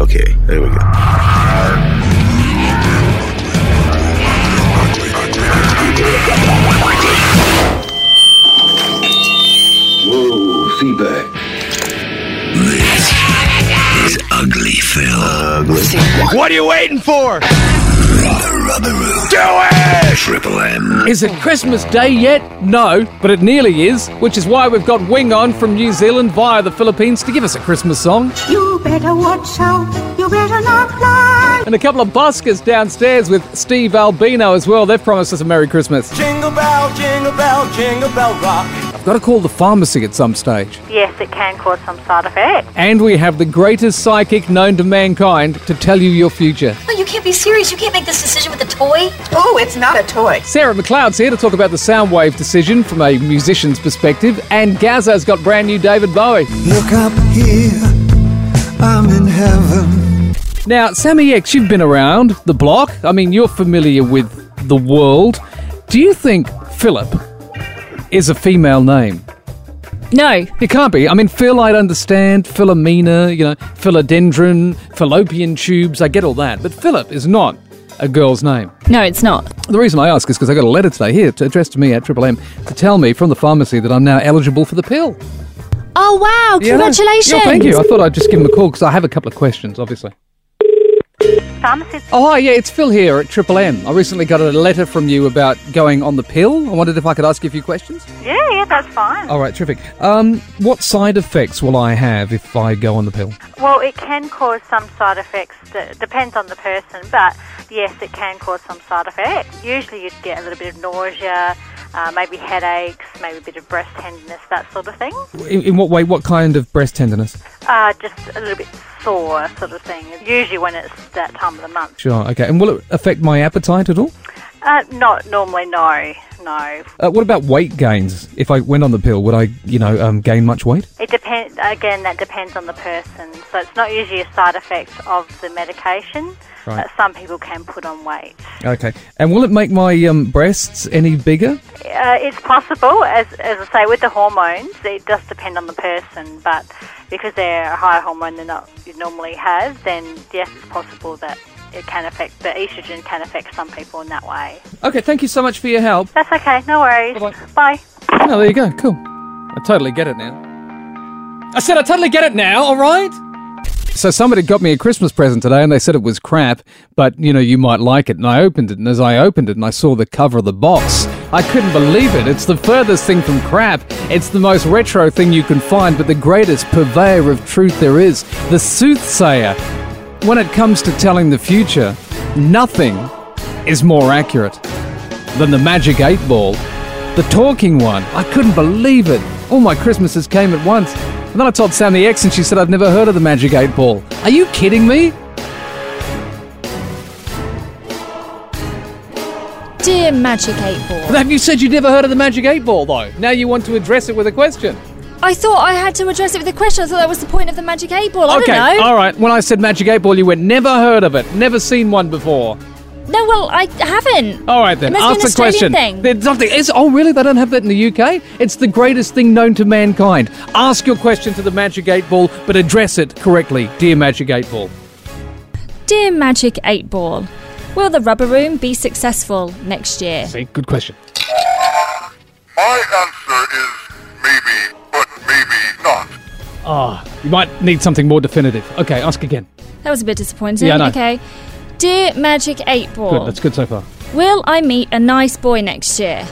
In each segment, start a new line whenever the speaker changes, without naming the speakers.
Okay, there we go.
Whoa, feedback.
This is Ugly Phil.
What are you waiting for?
Rubberoo.
Do it!
Triple M.
Is it Christmas Day yet? No, but it nearly is, which is why we've got Wing On from New Zealand via the Philippines to give us a Christmas song.
You better watch out. You better not fly.
And a couple of buskers downstairs with Steve Albino as well. They've promised us a Merry Christmas.
Jingle bell, jingle bell, jingle bell rock.
I've got to call the pharmacy at some stage.
Yes, it can cause some side effects.
And we have the greatest psychic known to mankind to tell you your future.
No, Oh, you can't be serious. You can't make this decision with a toy.
Oh, it's not a toy.
Sarah McLeod's here to talk about the Soundwave decision from a musician's perspective. And Gazza's got brand new David Bowie.
Look up here, I'm in heaven.
Now, Sammy X, you've been around the block. I mean, you're familiar with the world. Do you think Philip is a female name?
No,
It can't be. I mean, Phil, I'd understand. Philomena, you know, philodendron, fallopian tubes, I get all that. But Philip is not a girl's name.
no, it's not.
The reason I ask is because I got a letter today here to, addressed to me at Triple M to tell me from the pharmacy that I'm now eligible for the pill.
Oh wow!
Yeah.
Congratulations.
Yeah, thank you. I thought I'd just give him a call because I have a couple of questions, obviously.
Pharmacists,
Oh, hi, yeah, it's Phil here at Triple M. I recently got a letter from you about going on the pill. I wondered if I could ask you a few questions.
yeah, yeah, that's fine.
All right, terrific. Um, what side effects will I have if I go on the pill?
Well, it can cause some side effects. That depends on the person, but yes, it can cause some side effects. Usually, you'd get a little bit of nausea, uh, maybe headaches, maybe a bit of breast tenderness, that sort of thing.
In, in what way? What kind of breast tenderness?
Uh, just a little bit sore, sort of thing. Usually, when it's that time of the month.
Sure, okay. And will it affect my appetite at all?
Uh, not normally, no, no.
Uh, what about weight gains? If I went on the pill, would I, you know, um, gain much weight?
It depends. Again, that depends on the person. So it's not usually a side effect of the medication.
Right.
But some people can put on weight.
Okay. And will it make my um, breasts any bigger?
Uh, it's possible, as, as I say, with the hormones, it does depend on the person. But because they're a higher hormone than not you normally have, then yes, it's possible that it can affect the estrogen can affect some people in that way.
Okay, thank you so much for your help.
That's okay. No worries.
Bye-bye.
Bye.
Oh, there you go. Cool. I totally get it now. I said I totally get it now, all right? So somebody got me a Christmas present today and they said it was crap, but you know, you might like it. And I opened it, and as I opened it and I saw the cover of the box, I couldn't believe it. It's the furthest thing from crap. It's the most retro thing you can find, but the greatest purveyor of truth there is, the soothsayer. When it comes to telling the future, nothing is more accurate than the magic eight ball. The talking one. I couldn't believe it. All my Christmases came at once. And then I told Sam the X and she said I'd never heard of the Magic 8 Ball. Are you kidding me?
Dear Magic Eight Ball,
Have you said you'd never heard of the Magic 8 Ball though? Now you want to address it with a question.
I thought I had to address it with a question. I thought that was the point of the Magic Eight Ball. I
okay,
don't know.
alright. When I said Magic 8 Ball, you went, never heard of it, never seen one before.
no, well, I haven't.
All right then,
It
ask the
must be an
question.
Australian thing.
There's something- it's- oh, really? They don't have that in the UK? It's the greatest thing known to mankind. Ask your question to the Magic 8 Ball, but address it correctly, dear Magic 8 Ball.
Dear Magic Eight Ball, will the Rubber Room be successful next year?
See, good question.
My answer is maybe, but maybe not.
Ah, you might need something more definitive. Okay, ask again.
That was a bit disappointing.
Yeah, I know.
Okay. Dear Magic Eight Ball,
Good, that's good so far.
will I meet a nice boy next year?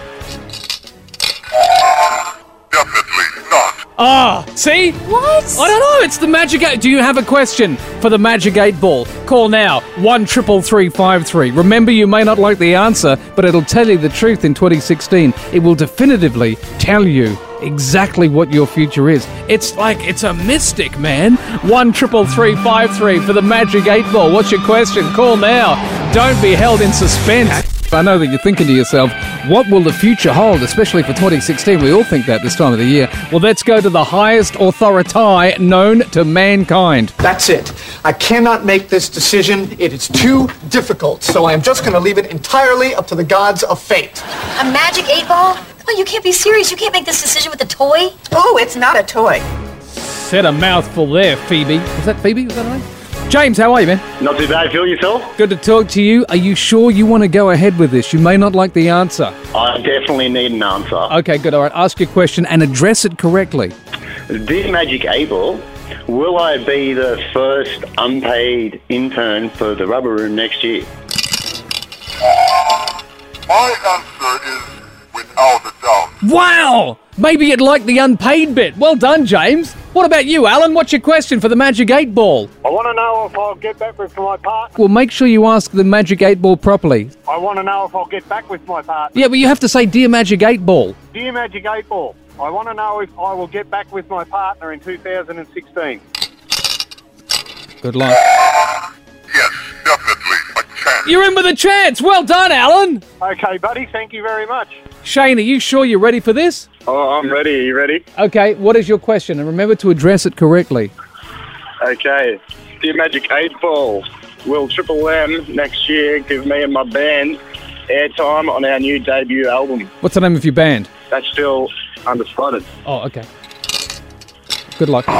Definitely not.
Ah, see?
What?
I don't know. It's the magic eight. Do you have a question for the magic eight ball? Call now one triple three five three. Remember, you may not like the answer, but it'll tell you the truth in 2016. It will definitively tell you exactly what your future is. It's like it's a mystic, man. One triple three five three for the magic eight ball. What's your question? Call now. Don't be held in suspense. I know that you're thinking to yourself, what will the future hold, especially for 2016? We all think that this time of the year. Well, let's go to the highest authority known to mankind.
That's it. I cannot make this decision. It is too difficult, so I am just going to leave it entirely up to the gods of fate.
A magic eight ball? No, you can't be serious. You can't make this decision with a toy.
Oh, it's not a toy.
Said a mouthful there, Phoebe. Was that Phoebe? Was that her name? James, how are you, man?
Not too bad. Feel yourself?
Good to talk to you. Are you sure you want to go ahead with this? You may not like the answer.
I definitely need an answer.
Okay, good. All right, ask your question and address it correctly.
Dear Magic Able, will I be the first unpaid intern for the Rubber Room next year?
My answer is without a doubt.
Wow! Maybe you'd like the unpaid bit. Well done, James. What about you, Alan? What's your question for the Magic 8 Ball?
I want to know if I'll get back with my part.
Well, make sure you ask the Magic 8 Ball properly.
I want to know if I'll get back with my part.
Yeah, but you have to say, Dear Magic 8 Ball.
Dear Magic 8 Ball, I want to know if I will get back with my partner in 2016.
Good luck. You're in with a chance. Well done, Alan.
Okay, buddy, thank you very much.
Shane, are you sure you're ready for this?
Oh, I'm ready. Are you ready?
Okay, what is your question? And remember to address it correctly.
Okay. Dear Magic 8 Ball, will Triple M next year give me and my band airtime on our new debut album?
What's the name of your band?
That's still undecided.
Oh, okay. Good luck.
My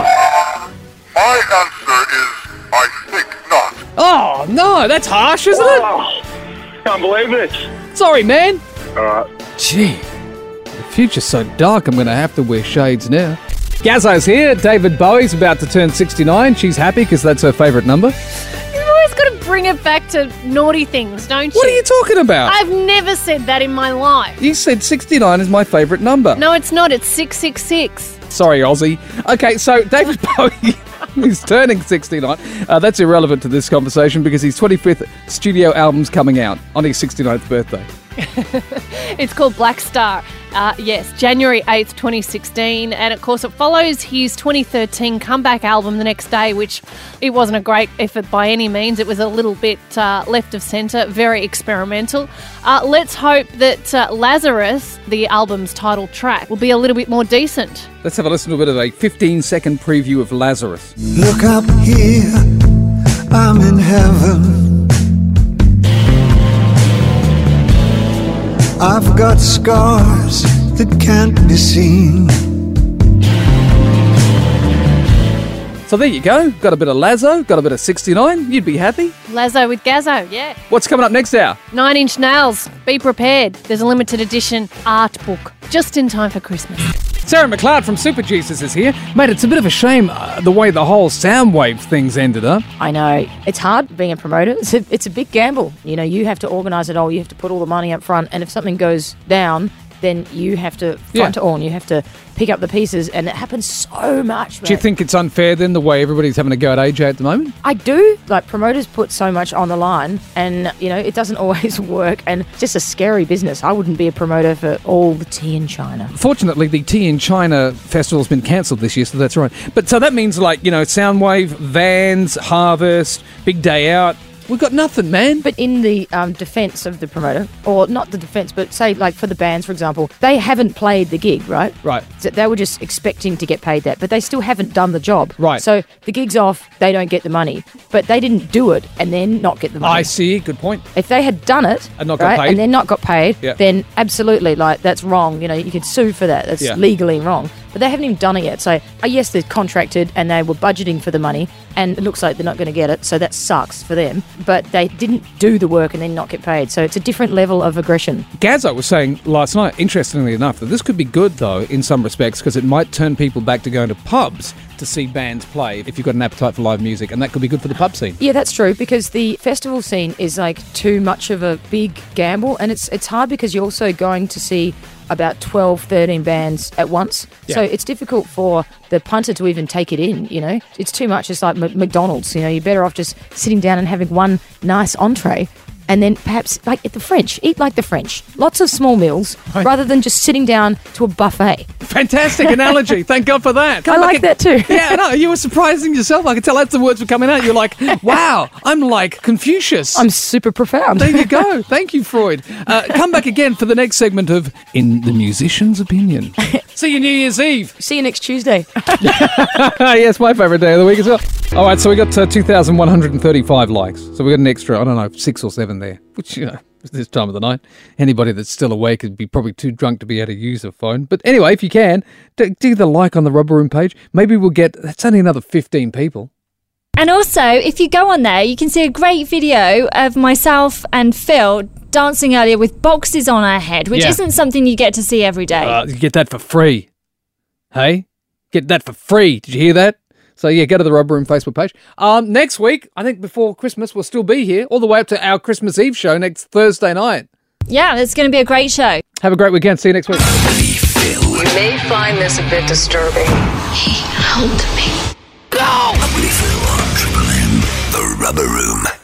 answer is I think not.
Oh, no, that's harsh, isn't
it? Oh, Can't believe it.
Sorry, man.
All right.
Gee, the future's so dark, I'm going to have to wear shades now. Gazzo's here. David Bowie's about to turn 69. She's happy because that's her favourite number.
You've always got to bring it back to naughty things, don't you?
What are you talking about?
I've never said that in my life.
You said 69 is my favourite number.
No, it's not. It's 666.
Sorry, Aussie. Okay, so David Bowie is turning 69. Uh, that's irrelevant to this conversation because his 25th studio album's coming out on his 69th birthday.
It's called Black Star. Uh, yes, January 8th, 2016. And of course, it follows his 2013 comeback album the next day, which it wasn't a great effort by any means. It was a little bit uh, left of centre, very experimental. Uh, let's hope that uh, Lazarus, the album's title track, will be a little bit more decent.
Let's have a listen to a bit of a 15 second preview of Lazarus.
Look up here, I'm in heaven. I've got scars that can't be seen.
So there you go. Got a bit of Lazo, got a bit of 69. You'd be happy.
Lazo with Gazzo, yeah.
What's coming up next hour?
Nine Inch Nails, be prepared. There's a limited edition art book just in time for Christmas.
Sarah McLeod from Super Jesus is here. Mate, it's a bit of a shame uh, the way the whole Soundwave thing's ended up.
I know. It's hard being a promoter. It's a, it's a big gamble. You know, you have to organise it all. You have to put all the money up front. And if something goes down, then you have to front
Yeah.
it all and you have to pick up the pieces. And it happens so much,
Do you
mate.
think it's unfair then the way everybody's having a go at AJ at the moment?
I do. Like, promoters put so much on the line and, you know, it doesn't always work. And it's just a scary business. I wouldn't be a promoter for all the tea in China.
Fortunately, the Tea in China festival's been cancelled this year, so that's right. But so that means like, you know, Soundwave, Vans, Harvest, Big Day Out. We've got nothing, man.
But in the um, defense of the promoter, or not the defense, but say, like, for the bands, for example, they haven't played the gig, right?
Right.
So they were just expecting to get paid that, but they still haven't done the job.
Right.
So the gig's off, they don't get the money. But they didn't do it and then not get the money.
I see. Good point.
If they had done it
And not got
right,
paid.
and then not got paid,
Yeah.
then absolutely, like that's wrong. You know, you could sue for that. That's
Yeah.
legally wrong. But they haven't even done it yet. So, uh, yes, they're contracted and they were budgeting for the money, and it looks like they're not going to get it. So that sucks for them. But they didn't do the work and then not get paid. So it's a different level of aggression.
Gazzo was saying last night, interestingly enough, that this could be good though in some respects because it might turn people back to going to pubs to see bands play if you've got an appetite for live music, and that could be good for the pub scene.
Yeah, that's true because the festival scene is like too much of a big gamble and it's it's hard because you're also going to see about 12 13 bands at once. So
Yeah.
it's difficult for the punter to even take it in, you know. It's too much. It's like M- McDonald's, you know, you're better off just sitting down and having one nice entree and then perhaps like at the French, eat like the French. Lots of small meals rather than just sitting down to a buffet.
Fantastic analogy. Thank God for that.
I like that too.
yeah, no, you were surprising yourself. I could tell that's the words were coming out. You're like, wow, I'm like Confucius. I'm
super profound.
There you go. Thank you, Freud. Uh, come back again for the next segment of In the Musician's Opinion. See you New Year's Eve.
See you next Tuesday.
Ah, yes, my favourite day of the week as well. All right, so we got uh, 2,135 likes. So we got an extra, I don't know, six or seven there, which, you know, is this time of the night. Anybody that's still awake would be probably too drunk to be able to use a phone. But anyway, if you can, d- do the like on the Rubber Room page. Maybe we'll get, that's only another 15 people.
And also, if you go on there, you can see a great video of myself and Phil dancing earlier with boxes on our head, which
Yeah.
isn't something you get to see every day.
Uh, you get that for free. Hey? Get that for free. Did you hear that? So yeah, go to the Rubber Room Facebook page. Um, next week, I think before Christmas, we'll still be here, all the way up to our Christmas Eve show next Thursday night.
yeah, it's going to be a great show.
Have a great weekend. See you next week.
You may find this a bit disturbing. He held me.
Ugly Phil on Triple M, the Rubber Room.